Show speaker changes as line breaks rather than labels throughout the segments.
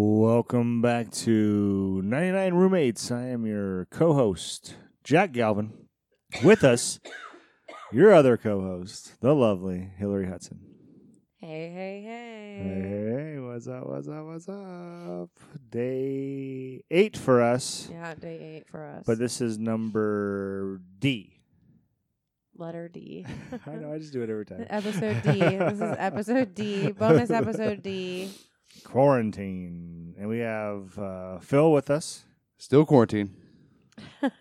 Welcome back to 99 Roommates. I am your co host, Jack Galvin. With us, your other co host, the lovely Hillary Hudson.
Hey, hey, hey.
Hey, what's up? What's up? What's up? Day eight for us,
Yeah, day eight for us.
but this is number D.
Letter D.
I know, I just do it every time.
episode D. This is episode D. Bonus episode D.
Quarantine. And we have uh, Phil with us,
Still quarantine.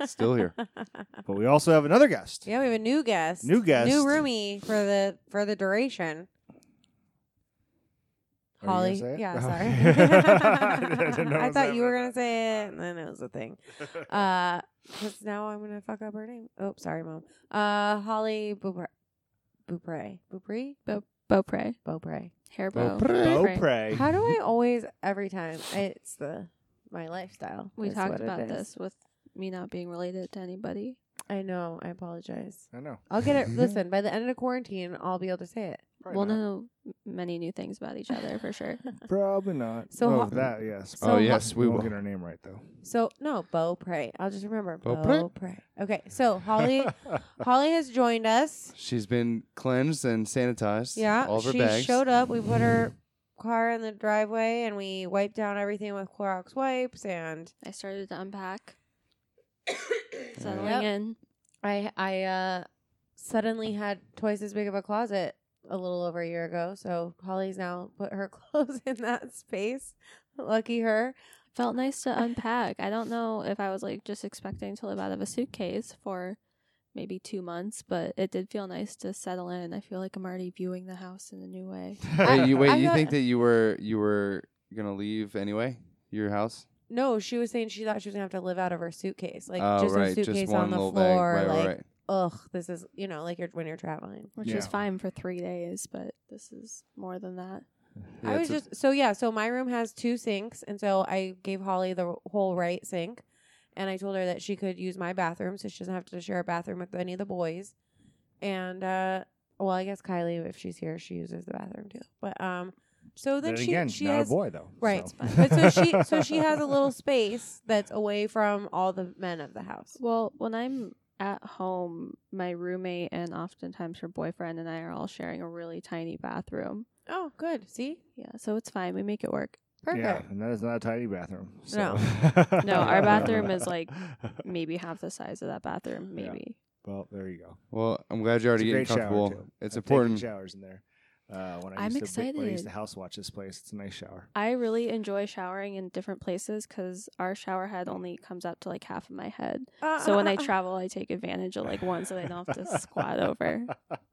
Still here.
but we also have another guest.
Yeah, we have a new guest.
New guest.
New roomie for the for the duration.
Are you gonna
Holly.
say it?
Yeah,
Oh.
sorry.
I didn't know
I
if
thought
that
you were
was-
gonna say it, and then it was a thing. Uh, because now I'm gonna fuck up her name. Oh, sorry, mom. Uh, Holly Bupre, Bupre, Bupre, Bo-
Beaupre.
Beaupre.
Hair bow.
Beaupre.
Beaupre. Beaupre.
How do I always every time? It's the my lifestyle.
We
is
talked
what it
about
is.
this with me not being related to anybody.
I know. I apologize.
I know.
I'll get it. Listen, by the end of quarantine, I'll be able to say it.
Probably
we'll
not.
know many new things about each other for sure.
Probably not.
So
oh,
ho-
that yes.
So
oh
ho-
yes, we will.
won't get her name right though.
So no, Bo Prey. I'll just remember
Beau
Bo,
Prey.
Prey. Okay, so Holly, Holly has joined us.
She's been cleansed and sanitized.
Yeah,
all of her
she
bags.
showed up. We put her car in the driveway, and we wiped down everything with Clorox wipes. And
I started to unpack. Settling
Yep.
in.
I, I uh, suddenly had twice as big of a closet a little over a year ago. So Holly's now put her clothes in that space. Lucky her.
Felt nice to unpack. I don't know if I was like just expecting to live out of a suitcase for maybe two months, but it did feel nice to settle in. I feel like I'm already viewing the house in a new way.
Wait, you wait.
I
you
got-
think that you were you were gonna leave anyway? Your house?
No, she was saying she thought she was gonna have to live out of her suitcase, like
oh
just
right,
a suitcase
just one
on the
little
floor.
bag. Right,
like,
right, right.
ugh, this is you know, like you're when you're traveling.
Which was
Yeah.
fine for three days, but this is more than that.
Yeah,
I was
it's a-
just so yeah. So my room has two sinks, and so I gave Holly the whole right sink, and I told her that she could use my bathroom, so she doesn't have to share a bathroom with any of the boys. And uh well, I guess Kylie, if she's here, she uses the bathroom too. But um, so then,
Then
she
again,
she
not a
has
boy though.
right,
so.
but so she so she has a little space that's away from all the men of the house.
Well, when I'm at home, my roommate and oftentimes her boyfriend and I are all sharing a really tiny bathroom.
Oh, good. See,
Yeah, so it's fine. We make it work.
perfect.
Yeah, and that is not a tiny bathroom. So.
No, our bathroom is like maybe half the size of that bathroom,
Yeah.
maybe.
Well, there you go.
well, I'm glad you're
It's a
already getting
great shower,
comfortable.
too.
It's
I've taken
important.
showers in there. Uh, when I
I'm
used To, when I used
excited.
to house watch this place. It's a nice shower.
I really enjoy showering in different places because our shower head only comes up to like half of my head.
Uh,
So when
uh,
I
uh, uh.
travel, I take advantage of like one so I don't have to squat over.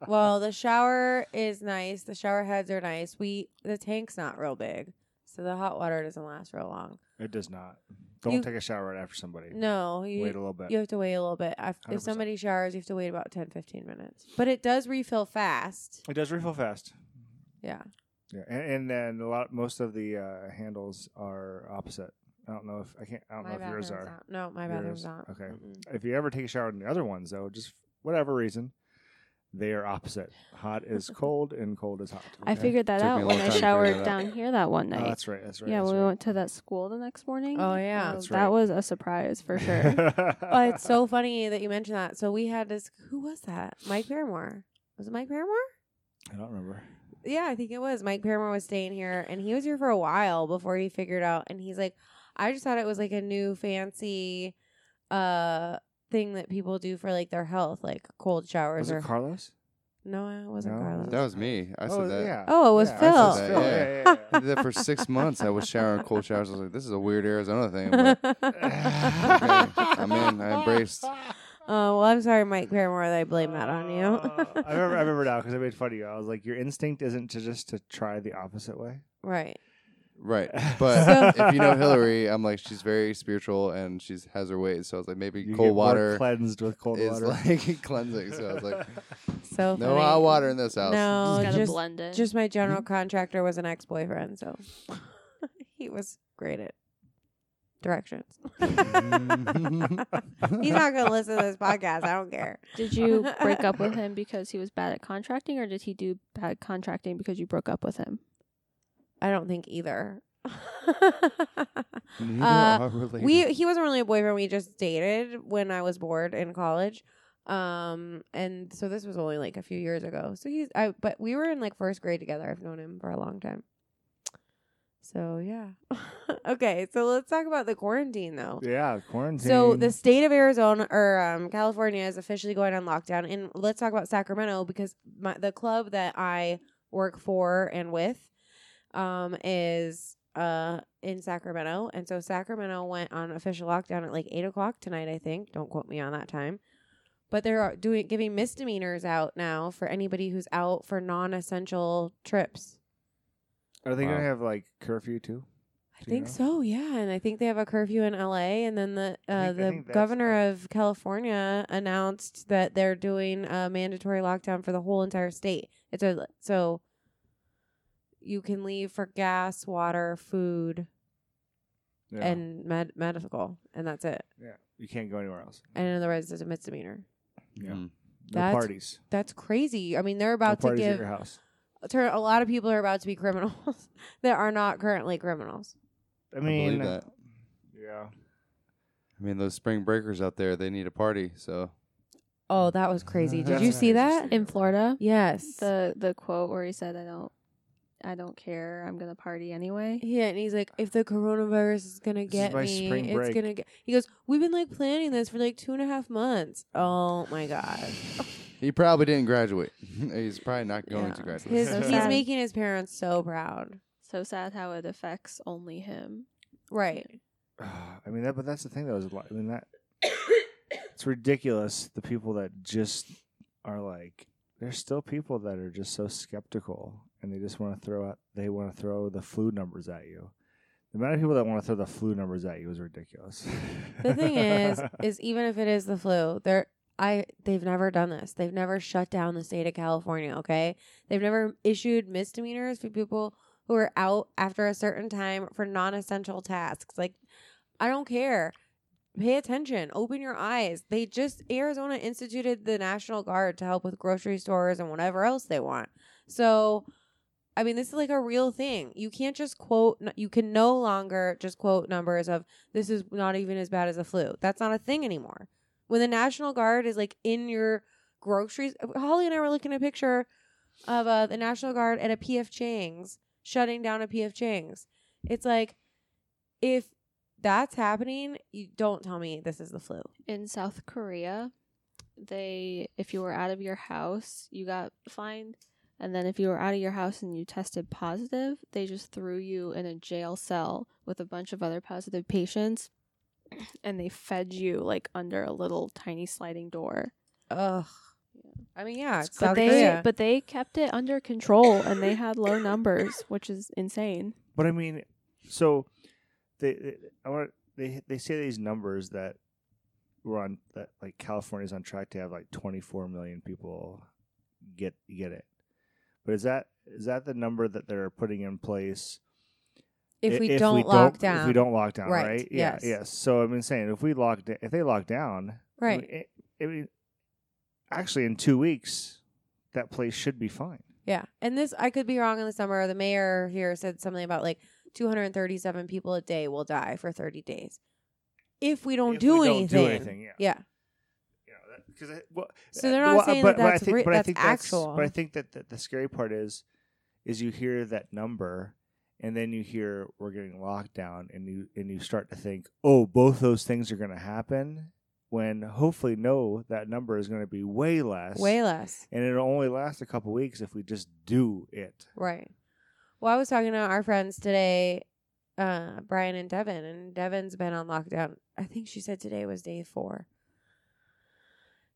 Well, the shower is nice. The shower heads are nice. We the tank's not real big, so the hot water doesn't last real long.
It does not. Don't
You-
take a shower right after somebody.
No, you
Wait a little bit.
you have to wait a little bit. If, if
100%.
somebody showers, you have to wait about 10, 15 minutes. But it does refill fast.
It does refill fast.
Yeah.
Yeah, and, and then a lot, most of the uh, handles are opposite. I don't know if I can't. I don't know if yours are.
not. No, my
Yours-
bathroom's not.
okay.
Mm-mm.
If you ever take a shower in the other ones, though, just f- whatever reason, they are opposite. Hot is cold, and cold is hot.
I
okay?
figured that
Took me a
out
long
when
time
I
to figure that
showered
out.
down here that one
Oh,
night.
that's right. That's right.
yeah,
that's
when we
right.
went to that school the next morning.
Oh yeah.
Oh,
That's right.
That was a surprise for sure.
oh, it's so funny that you mentioned that. So we had this. Who was that? Mike Paramore. Was it Mike Paramore?
I don't remember.
Yeah, I think it was. Mike Paramore was staying here and he was here for a while before he figured out and he's like, I just thought it was like a new fancy uh thing that people do for like their health, like cold showers
Was
or
it Carlos?
No, it wasn't
No,
Carlos.
That was me. I said
oh,
that.
Yeah.
Oh, it was
Yeah, I said
Phil.
Phil. Yeah, yeah,
I did that for six months. I was showering cold showers. I was like, this is a weird Arizona thing. But
yeah.
Okay, I'm in. I embraced.
Oh well I'm sorry, Mike Paramore, that I blame that on you.
Uh, I remember. I remember now because I made fun of you. I was like, your instinct isn't to just to try the opposite way.
right.
Right. But if you know Hillary, I'm like she's very spiritual and she's has her ways. So I was like maybe
You get
cold
more
water
cleansed with cold
is
water.
like cleansing. So I was like,
So
no
funny.
hot water in Mm-hmm. this house.
No,
Oh, just gotta
just-
blend it.
Just my general contractor was an ex boyfriend, so he was great at directions. He's not going to listen to this podcast. I don't care.
did you break up with him because he was bad at contracting, or did he do bad contracting because you broke up with him?
I don't think either.
Neither
Uh,
are related.
we he wasn't really a boyfriend. We just dated when I was bored in college. Um, and so this was only like a few years ago. So he's I but we were in like first grade together. I've known him for a long time. So yeah. okay, so let's talk about the quarantine though.
Yeah, quarantine.
So the state of Arizona or um, California is officially going on lockdown, and let's talk about Sacramento because my, the club that I work for and with um, is uh, in Sacramento, and so Sacramento went on official lockdown at like eight o'clock tonight, I think. Don't quote me on that time, but they're uh, doing giving misdemeanors out now for anybody who's out for non-essential trips.
are they
Wow.
gonna have like curfew too?
I
Do you
think
know?
so, yeah, and I think they have a curfew in L.A. And then the
I think-
uh,
I
the
think that's
governor of California announced that they're doing a mandatory lockdown for the whole entire state. It's a so you can leave for gas, water, food,
Yeah.
and med- medical, and that's it.
yeah, you can't go anywhere else.
And otherwise, it's a misdemeanor.
yeah,
Mm.
no
That's
parties.
That's crazy. I mean, they're
No
about to
parties at
give
your house.
turn. A lot of people are about to be criminals that are not currently criminals.
I
believe
mean,
that.
yeah,
I mean, those spring breakers out there, they need a party. So
Oh, that was crazy. Did you
That's
see
interesting.
that?
in Florida.
Yes.
The the quote where he said, "I don't, I don't care. I'm gonna party anyway."
Yeah, and he's like, if the coronavirus is gonna
is
get
my
me,
spring
it's
break."
gonna get. He goes, we've been like planning this for like two and a half months. Oh my god,
he probably didn't graduate. He's probably not going to
Yeah.
graduate.
His,
So
he's
sad.
making his parents so proud.
So sad how it affects only him.
Right.
I mean that. But that's the thing, though. Is like, I mean that it's ridiculous. The people that just are like, there's still people that are just so skeptical, and they just want to throw out. They want to throw the flu numbers at you. The amount of people that want to throw the flu numbers at you is ridiculous.
The thing is, is even if it is the flu, they're I they've never done this. They've never shut down the state of California. Okay, they've never issued misdemeanors for people who are out after a certain time for non-essential tasks. Like, I don't care. Pay attention. Open your eyes. They just Arizona instituted the National Guard to help with grocery stores and whatever else they want. So, I mean, this is like a real thing. You can't just quote. You can no longer just quote numbers of this is not even as bad as the flu. That's not a thing anymore. When the National Guard is like in your groceries, uh, Holly and I were looking at a picture of uh, the National Guard at a PF Chang's shutting down a PF Chang's. It's like if that's happening, you don't tell me this is the flu.
In South Korea, they if you were out of your house, you got fined, and then if you were out of your house and you tested positive, they just threw you in a jail cell with a bunch of other positive patients, and they fed you like under a little tiny sliding door.
Ugh. I mean, yeah, it's
but
South
they
Korea.
but they kept it under control and they had low numbers, which is insane.
But I mean, so they, they I want they they say these numbers that we're on that like California's on track to have like 24 million people get get it. But is that is that the number that they're putting in place
if
i-
we don't lock down,
If we don't lock down,
Right,
right?
yes.
Yeah, yes. So I'm mean, saying if we lock da- if they lock down, I
right?
mean, it- I mean, actually in 2 weeks that place should be fine.
Yeah. And this, I could be wrong in the summer. The mayor here said something about like 237 people a day will die for 30 days if we don't,
If
do,
we
anything.
Don't do anything, yeah.
Yeah.
you know, that, cause it, well, uh,
So they're not saying that that's re- that's actual.
But I think that the, the scary part is, is you hear that number, and then you hear we're getting locked down, and you and you start to think, oh, both those things are going to happen. When hopefully, no, that number is going to be way less,
Way less.
and it'll only last a couple weeks if we just do it.
Right. Well, I was talking to our friends today, uh, Brian and Devin, and Devin's been on lockdown. I think she said today was day four.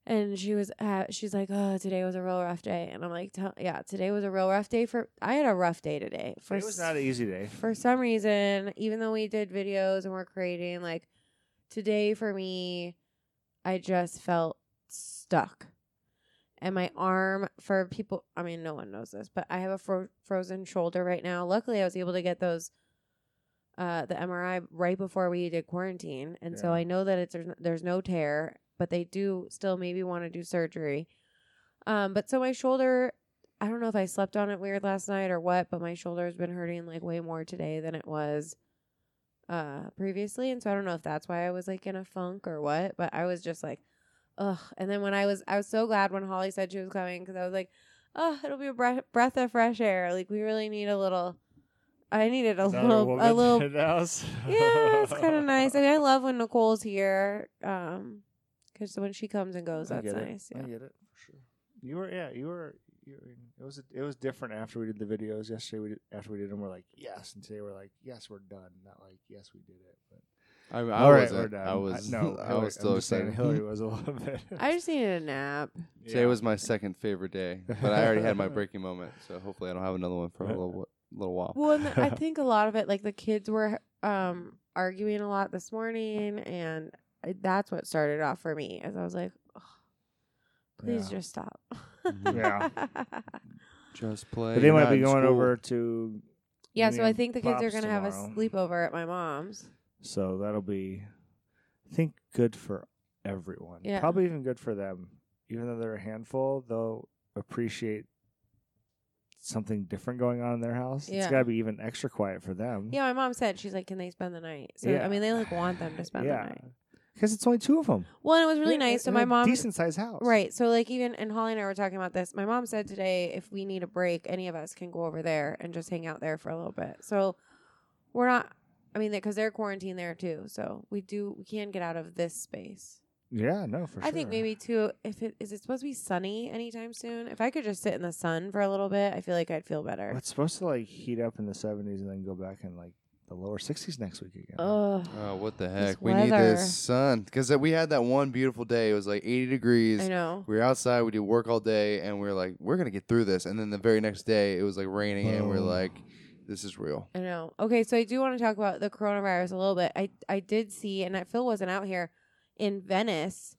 And she was, uh, she's like, oh, today was a real rough day. And I'm like, "Tell- yeah, today was a real rough day for, I had a rough day today. For
it was
s-
not an easy day.
for some reason, even though we did videos and we're creating, like today for me, I just felt stuck. And my arm, for people, I mean, no one knows this, but I have a fro- frozen shoulder right now. Luckily, I was able to get those, uh, the MRI right before we did quarantine. And so
Yeah.
I know that it's there's, there's no tear, but they do still maybe want to do surgery. Um, but so my shoulder I don't know if I slept on it weird last night or what, but my shoulder's been hurting like way more today than it was uh, previously, and so I don't know if that's why I was like in a funk or what, but I was just like, ugh. And then when I was, I was so glad when Holly said she was coming because I was like, oh, it'll be a breath, breath of fresh air. Like we really need a little. I needed a little, a little yeah, it's kind of nice. I mean, I love when Nicole's here, um, because when she comes and goes,
I
that's
get it.
nice.
I
Yeah.
get it for sure. You were, yeah, you were. You were in- it was it was different after we did the videos yesterday. We did, after we did them, we're like yes, and today we're like yes, we're done. Not like yes, we did it. But
I, I
All right,
wasn't.
we're done.
I was.
no,
I
Hillary-
was still
I'm just saying
excited.
Hillary was a little bit.
I just needed a nap.
Today was my second favorite day, but I already had my breaking moment, so hopefully I don't have another one for a little wh- little while.
Well, and I think a lot of it, like the kids were um arguing a lot this morning, and I- that's what started off for me. As I was like, "Ugh, please
Yeah.
just stop.
Yeah.
Just play.
But they might be going over to
Yeah, so
Yeah,
I think the kids are
Pops
gonna have a
tomorrow.
sleepover at my mom's.
Mm-hmm. So that'll be, I think, good for everyone.
Yeah.
Probably even good for them. Even though they're a handful, they'll appreciate something different going on in their house. It's
Yeah.
got to be even extra quiet for them.
Yeah, my mom said she's like, "Can they spend the night?" So I
Yeah.
mean, they like want them to spend the night.
Because it's only two of them.
Well, and it was really nice. So my mom
Decent sized house.
Right. So like even and Holly and I were talking about this. My mom said today if we need a break, any of us can go over there and just hang out there for a little bit. So we're not I mean because they're quarantined there too. So we do we can get out of this space.
Yeah, no, for sure.
I think maybe too if it is it supposed to be sunny anytime soon? If I could just sit in the sun for a little bit, I feel like I'd feel better.
Well, it's supposed to like heat up in the 70s and then go back in like the lower 60s next week again.
Ugh.
Oh, what the
This
heck? We need
weather.
this sun because we had that one beautiful day. It was like 80 degrees.
I know.
We were outside. We did work all day, and we were like, we're gonna get through this. And then the very next day, it was like raining, and we are
Boom.
like, this is real.
I know. Okay, so I do want to talk about the coronavirus a little bit. I I did see, and I- Phil wasn't out here in Venice.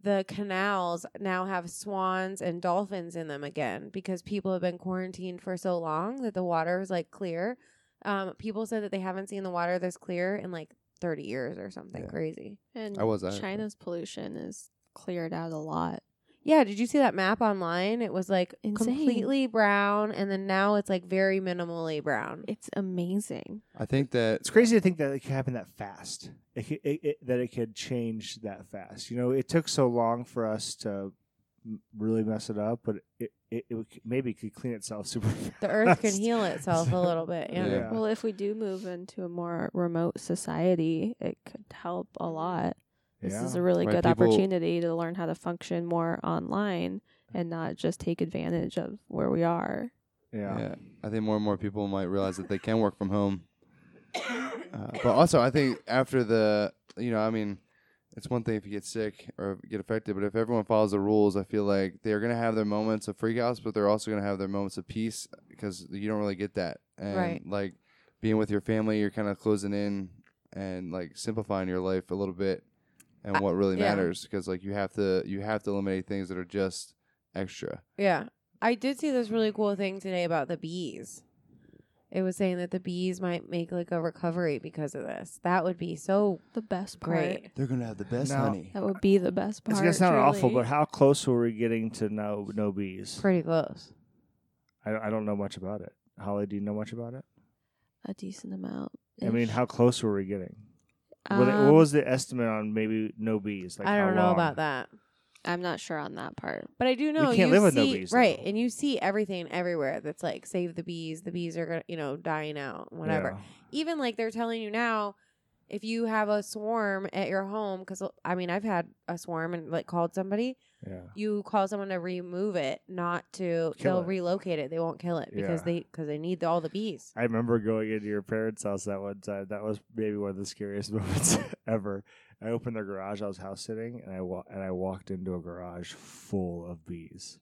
The canals now have swans and dolphins in them again because people have been quarantined for so long that the water is like clear. Um, people said that they haven't seen the water this clear in like 30 years or something
Yeah.
crazy.
And
I was uh, out.
China's pollution is cleared out a lot.
Yeah, did you see that map online? It was like
Insane.
completely brown, and then now it's like very minimally brown.
It's amazing.
I think that
It's crazy to think that it could happen that fast. It, could, it, it that it could change that fast. You know, it took so long for us to m- really mess it up, but it it, it would, maybe could clean itself super fast.
The earth can heal itself a little bit. Yeah.
Yeah.
Well, if we do move into a more remote society, it could help a lot. This is a really
Right,
good
people-
opportunity to learn how to function more online and not just take advantage of where we are.
yeah.
Yeah, I think more and more people might realize that they can work from home. Uh, but also, I think after the, you know, I mean, it's one thing if you get sick or get affected, but if everyone follows the rules, I feel like they're going to have their moments of freakouts, but they're also going to have their moments of peace because you don't really get that. And
Right.
like being with your family, you're kind of closing in and like simplifying your life a little bit and
Uh,
what really
yeah.
matters because like you have to you have to eliminate things that are just extra.
Yeah. I did see this really cool thing today about the bees. It was saying that the bees might make like a recovery because of this. That would be so
The best part.
great.
They're going to have the best
Now- honey.
That would be the best part.
It's gonna sound awful,
truly.
but how close were we getting to no no bees?
Pretty close.
I, I don't know much about it. Holly, do you know much about it?
a decent amount.
I mean, how close were we getting? Were they-
Um,
what was the estimate on maybe no bees? Like
I
how
don't know
long?
about that.
I'm not sure on that part.
But I do know
can't
you
live with no
see
bees,
right,
though.
and you see everything everywhere that's like save the bees. The bees are gonna you know dying out, whatever.
Yeah.
even like they're telling you now if you have a swarm at your home because i mean i've had a swarm and like called somebody
Yeah.
you call someone to remove it not to
Kill
they'll
it.
relocate it they won't kill it because
Yeah.
they because they need the, all the bees
I remember going into your parents' house that one time. That was maybe one of the scariest moments ever. I opened their garage. I was house sitting, and I wa- and I walked into a garage full of bees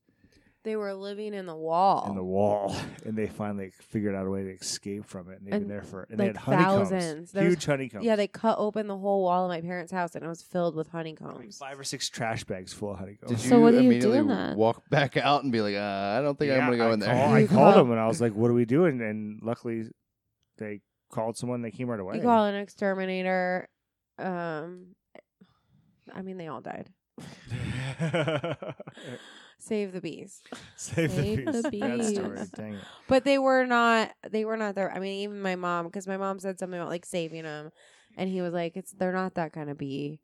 they were living in the wall
in the wall, and they finally figured out a way to escape from it. And they've been
And,
there for and
like,
they had honeycombs,
thousands. There was-
huge honeycombs.
yeah they cut open the whole wall of my parents house and it was filled with
Like
honeycombs
five or six trash bags full of
Did
honeycombs.
you
So what do you do
immediately
then?
walk back out and be like, uh, I don't think
Yeah,
I'm gonna go
I
in there?
call- I
You
called
call-
them, and I was like, "What are we doing?" And luckily, they called someone. They came right away.
you call an exterminator um i mean they all died Save the bees.
Save the
Save
bees.
the
That story.
bees.
Dang it.
But they were not. They were not there. I mean, even my mom, because my mom said something about like saving them, and he was like, "It's they're not that kind of bee."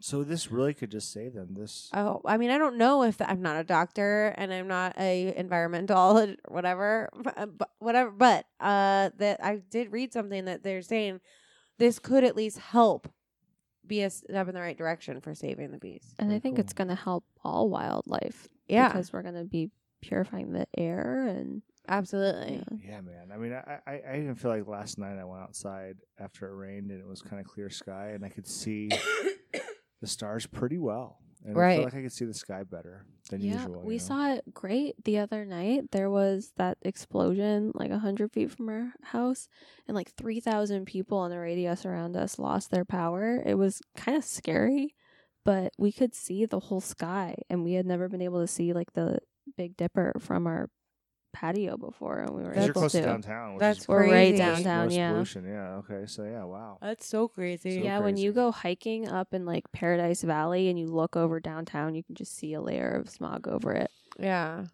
So this really could just save them. This
Uh,
Oh, I mean, I don't know if I'm not a doctor and I'm not a environmental and whatever, but, but whatever. But uh, that I did read something that they're saying this could at least help be a step in the right direction for saving the bees.
And I
Very
think it's
cool.
going to help all wildlife
Yeah,
because we're going to be purifying the air and
absolutely.
yeah.
Yeah, man. I mean, I, I, I even feel like last night I went outside after it rained and it was kind of clear sky and I could see the stars pretty well. And I
Right.
feel like I could see the sky better than usual. you
we
know?
saw it great the other night. There was that explosion like 100 feet from our house, and like 3,000 people on the radius around us lost their power. It was kind of scary, but we could see the whole sky, and we had never been able to see like the Big Dipper from our patio before, and we were
'Cause
That's
you're
able
close
to.
to downtown. Which
That's
is
We're right
Crazy.
downtown,
most
yeah.
pollution. Yeah. Okay. So yeah. Wow.
That's so crazy.
So
yeah, when
crazy.
you go hiking up in like Paradise Valley and you look over downtown, you can just see a layer of smog over it.
Yeah.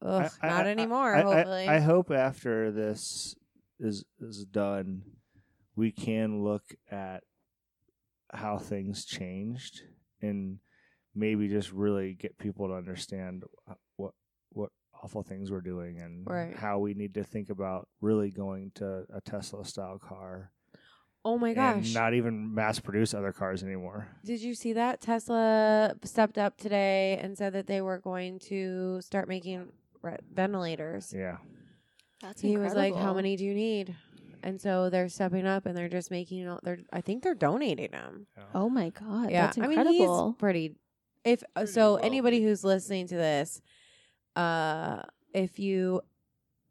Ugh,
I- I-
not
I-
anymore,
I, I-
hopefully.
I hope after this is is done, we can look at how things changed and maybe just really get people to understand what what awful things we're doing and
Right.
how we need to think about really going to a Tesla style car
oh my
and
gosh.
not even mass produce other cars anymore.
Did you see that? Tesla stepped up today and said that they were going to start making re- ventilators.
Yeah.
That's
he was like, How many do you need? And so they're stepping up and they're just making, all- they're, I think they're donating them.
Oh my god,
yeah.
that's
I mean, he's
incredible.
pretty, if, uh,
Pretty
so
wealthy.
anybody who's listening to this, uh, if you,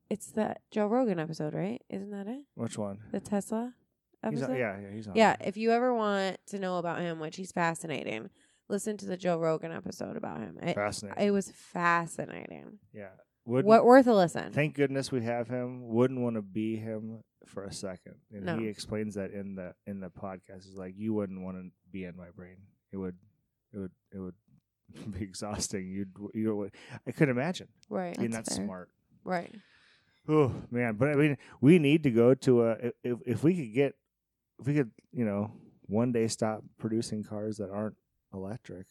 it's that Joe Rogan episode, right? Isn't that it?
Which one?
The Tesla
He's
episode?
on, yeah, yeah, he's on.
Yeah,
there.
if you ever want to know about him, which he's fascinating, listen to the Joe Rogan episode about him. It,
Fascinating.
it was fascinating.
yeah. Wouldn't-
what worth a listen?
Thank goodness we have him. Wouldn't want to be him for a second. And
No.
he explains that in the in the podcast. He's like, you wouldn't want to be in my brain. It would, it would, it would be exhausting. You'd, you would. I could imagine
right,
being that
That's fair.
smart.
right.
Oh man, but I mean, we need to go to a. If if we could get, if we could, you know, one day stop producing cars that aren't electric,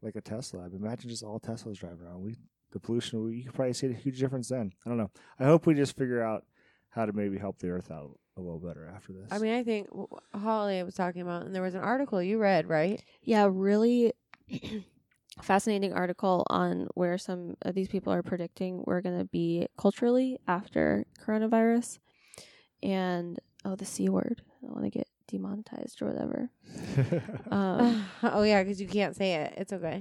like a Tesla. But imagine just all Teslas driving around. We the pollution. We, you could probably see a huge difference then. I don't know. I hope we just figure out how to maybe help the Earth out a little better after this.
I mean, I think w- w- Holly was talking about, and there was an article you read, right?
yeah, really fascinating article on where some of these people are predicting we're going to be culturally after coronavirus. And oh, the c word. I don't want to get demonetized or whatever. Um,
oh yeah, because you can't say it. It's okay.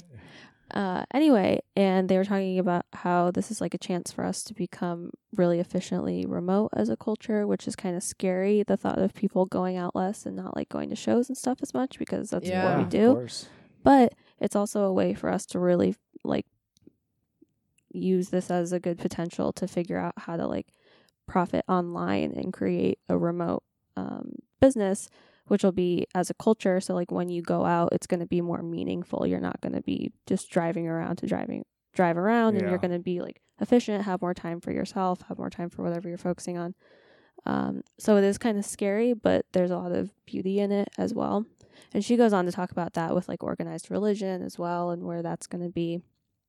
uh, anyway, and they were talking about how this is like a chance for us to become really efficiently remote as a culture, which is kind of scary. The thought of people going out less and not like going to shows and stuff as much because that's
Yeah,
what
of
we do.
course.
But it's also a way for us to really like use this as a good potential to figure out how to like profit online and create a remote um, business, which will be as a culture. So like when you go out, it's going to be more meaningful. You're not going to be just driving around to driving drive around, and
Yeah.
you're going to be like efficient, have more time for yourself, have more time for whatever you're focusing on. Um, so it is kind of scary, but there's a lot of beauty in it as well. And she goes on to talk about that with like organized religion as well, and where that's going to be.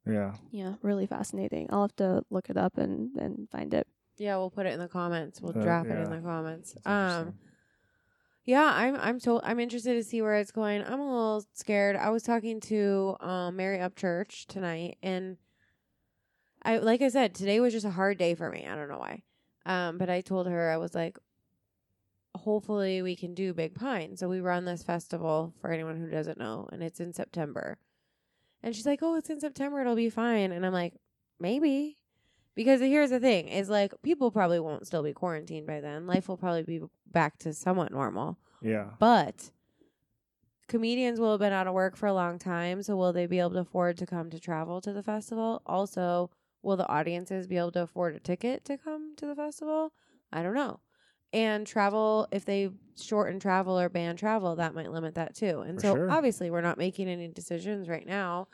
Yeah.
Yeah, really fascinating. I'll have to look it up and and find it.
Yeah, we'll put it in the comments. We'll
Uh,
drop it in
yeah.
the comments.
That's
Um,
interesting.
Yeah, I'm I'm so I'm interested to see where it's going. I'm a little scared. I was talking to um, Mary Upchurch tonight, and I like I said today was just a hard day for me. I don't know why, um, but I told her I was like, hopefully we can do Big Pine. So we run this festival for anyone who doesn't know, and it's in September. And she's like, "Oh, it's in September. It'll be fine." And I'm like, "Maybe." Because here's the thing is like people probably won't still be quarantined by then. Life will probably be back to somewhat normal.
yeah.
But comedians will have been out of work for a long time, so will they be able to afford to come to travel to the festival? Also, will the audiences be able to afford a ticket to come to the festival? I don't know. And travel, if they shorten travel or ban travel, that might limit that too. And
For
so
sure.
obviously, we're not making any decisions right now.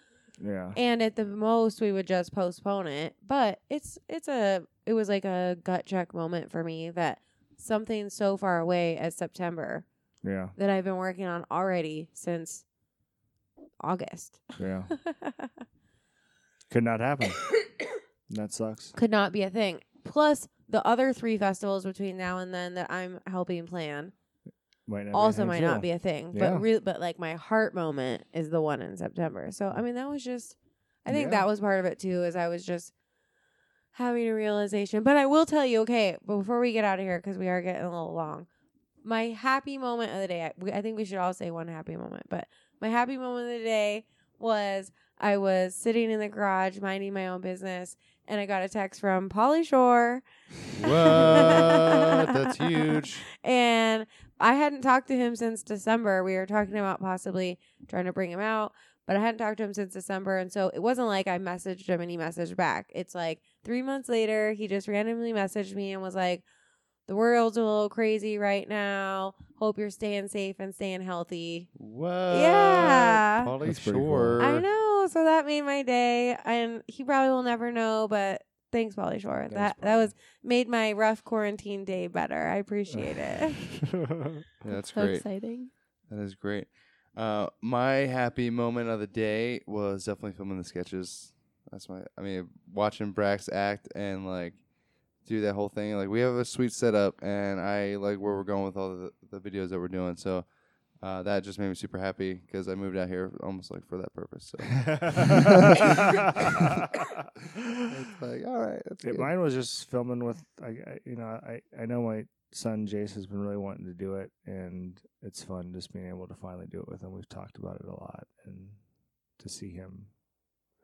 Yeah.
and at the most we would just postpone it but it's it's a it was like a gut check moment for me that something so far away as september
Yeah.
that i've been working on already since august
Yeah. Could not happen. that sucks.
could not be a thing plus the other three festivals between now and then that i'm helping plan
Might not
also
be
might not be a thing
Yeah.
but re- but like my heart moment is the one in september so i mean that was just i think
Yeah.
that was part of it too is i was just having a realization but i will tell you okay before we get out of here because we are getting a little long my happy moment of the day I, we- I think we should all say one happy moment but my happy moment of the day was i was sitting in the garage minding my own business and i got a text from polly shore
What? That's huge.
and I hadn't talked to him since December. We were talking about possibly trying to bring him out, but I hadn't talked to him since December. And so it wasn't like I messaged him and he messaged back. It's like three months later, he just randomly messaged me and was like, The world's a little crazy right now. Hope you're staying safe and staying healthy.
What?
Yeah.
Polly
That's pretty cool.
Shore.
I know. So that made my day. And he probably will never know, but thanks, Polly Shore.
Thanks,
that that
Polly.
was made my rough quarantine day better. I appreciate it.
Yeah, that's
so
great.
exciting.
That is great. Uh, my happy moment of the day was definitely filming the sketches. That's my. I mean, watching Brax act and like do that whole thing. Like we have a sweet setup, and I like where we're going with all the, the videos that we're doing. So uh, that just made me super happy because I moved out here almost like for that purpose. So it's like, all right, that's
Yeah,
good.
mine was just filming with I, I you know I I know my son Jace has been really wanting to do it and it's fun just being able to finally do it with him. We've talked about it a lot and to see him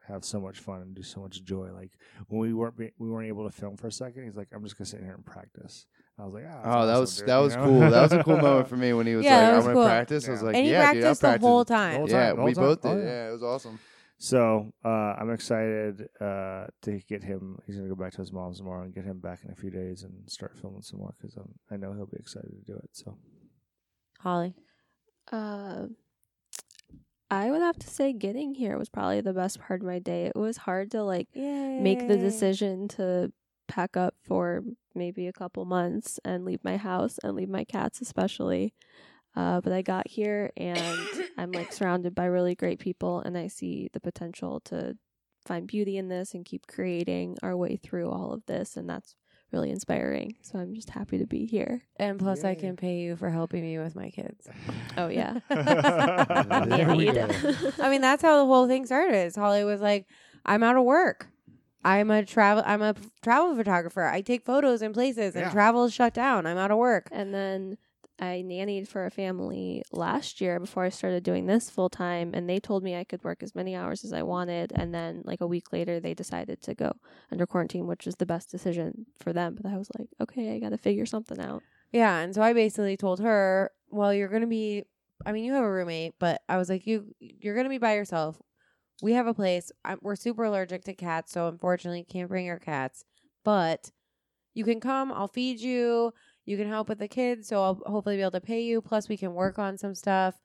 have so much fun and do so much joy. Like when we weren't be, we weren't able to film for a second, he's like, "I'm just gonna sit here and practice." I was like, "Ah, that's
Oh, that
awesome,
was
dude,"
that
you
was
know?
cool. That was a cool moment for me when he was
Yeah, that
like,
was
"I'm gonna
cool.
practice." I was
Yeah.
like,
and he
"Yeah, dude, I'll
practiced the
practice."
whole time.
whole time,
yeah,
the whole
we
time.
both
Oh,
did.
yeah.
yeah, it was awesome.
So uh, I'm excited uh, to get him. He's gonna go back to his mom's tomorrow and get him back in a few days and start filming some more because I know he'll be excited to do it. So
Holly.
Uh, I would have to say getting here was probably the best part of my day. It was hard to like make the
Yay.
decision to pack up for maybe a couple months and leave my house and leave my cats especially. Uh, but I got here and I'm like surrounded by really great people and I see the potential to find beauty in this and keep creating our way through all of this and that's really inspiring. So I'm just happy to be here.
And plus, I
Yay.
can pay you for helping me with my kids.
Oh, yeah.
There we go.
I mean, that's how the whole thing started. Is Holly was like, "I'm out of work. I'm a travel. I'm a travel photographer. I take photos in places, and
Yeah.
travel is shut down. I'm out of work."
And then I nannied for a family last year before I started doing this full time, and they told me I could work as many hours as I wanted. And then, like a week later, they decided to go under quarantine, which was the best decision for them. But I was like, okay, I got to figure something out.
Yeah, and so I basically told her, "Well, you're gonna be. I mean, you have a roommate, but I was like, you you're gonna be by yourself. We have a place. i we're super allergic to cats, so unfortunately, can't bring your cats. But you can come. I'll feed you. You can help with the kids, so I'll hopefully be able to pay you. Plus, we can work on some stuff.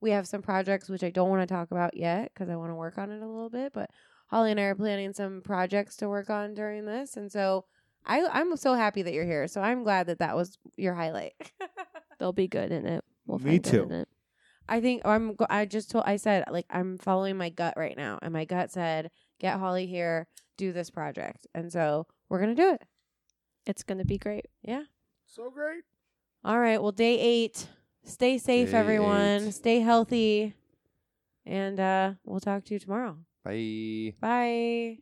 We have some projects which I don't want to talk about yet because I want to work on it a little bit. But Holly and I are planning some projects to work on during this, and so." I, I'm so happy that you're here. So I'm glad that that was your highlight.
They'll be good in it. We'll
Me
find good
too.
in it.
I think I'm. go- I just told. I said like I'm following my gut right now, and my gut said get Holly here, do this project, and so we're gonna do it.
It's going to be great.
Yeah.
So great.
All right. Well, day eight. Stay safe,
Day
everyone.
eight.
Stay healthy, and uh, we'll talk to you tomorrow.
Bye.
Bye.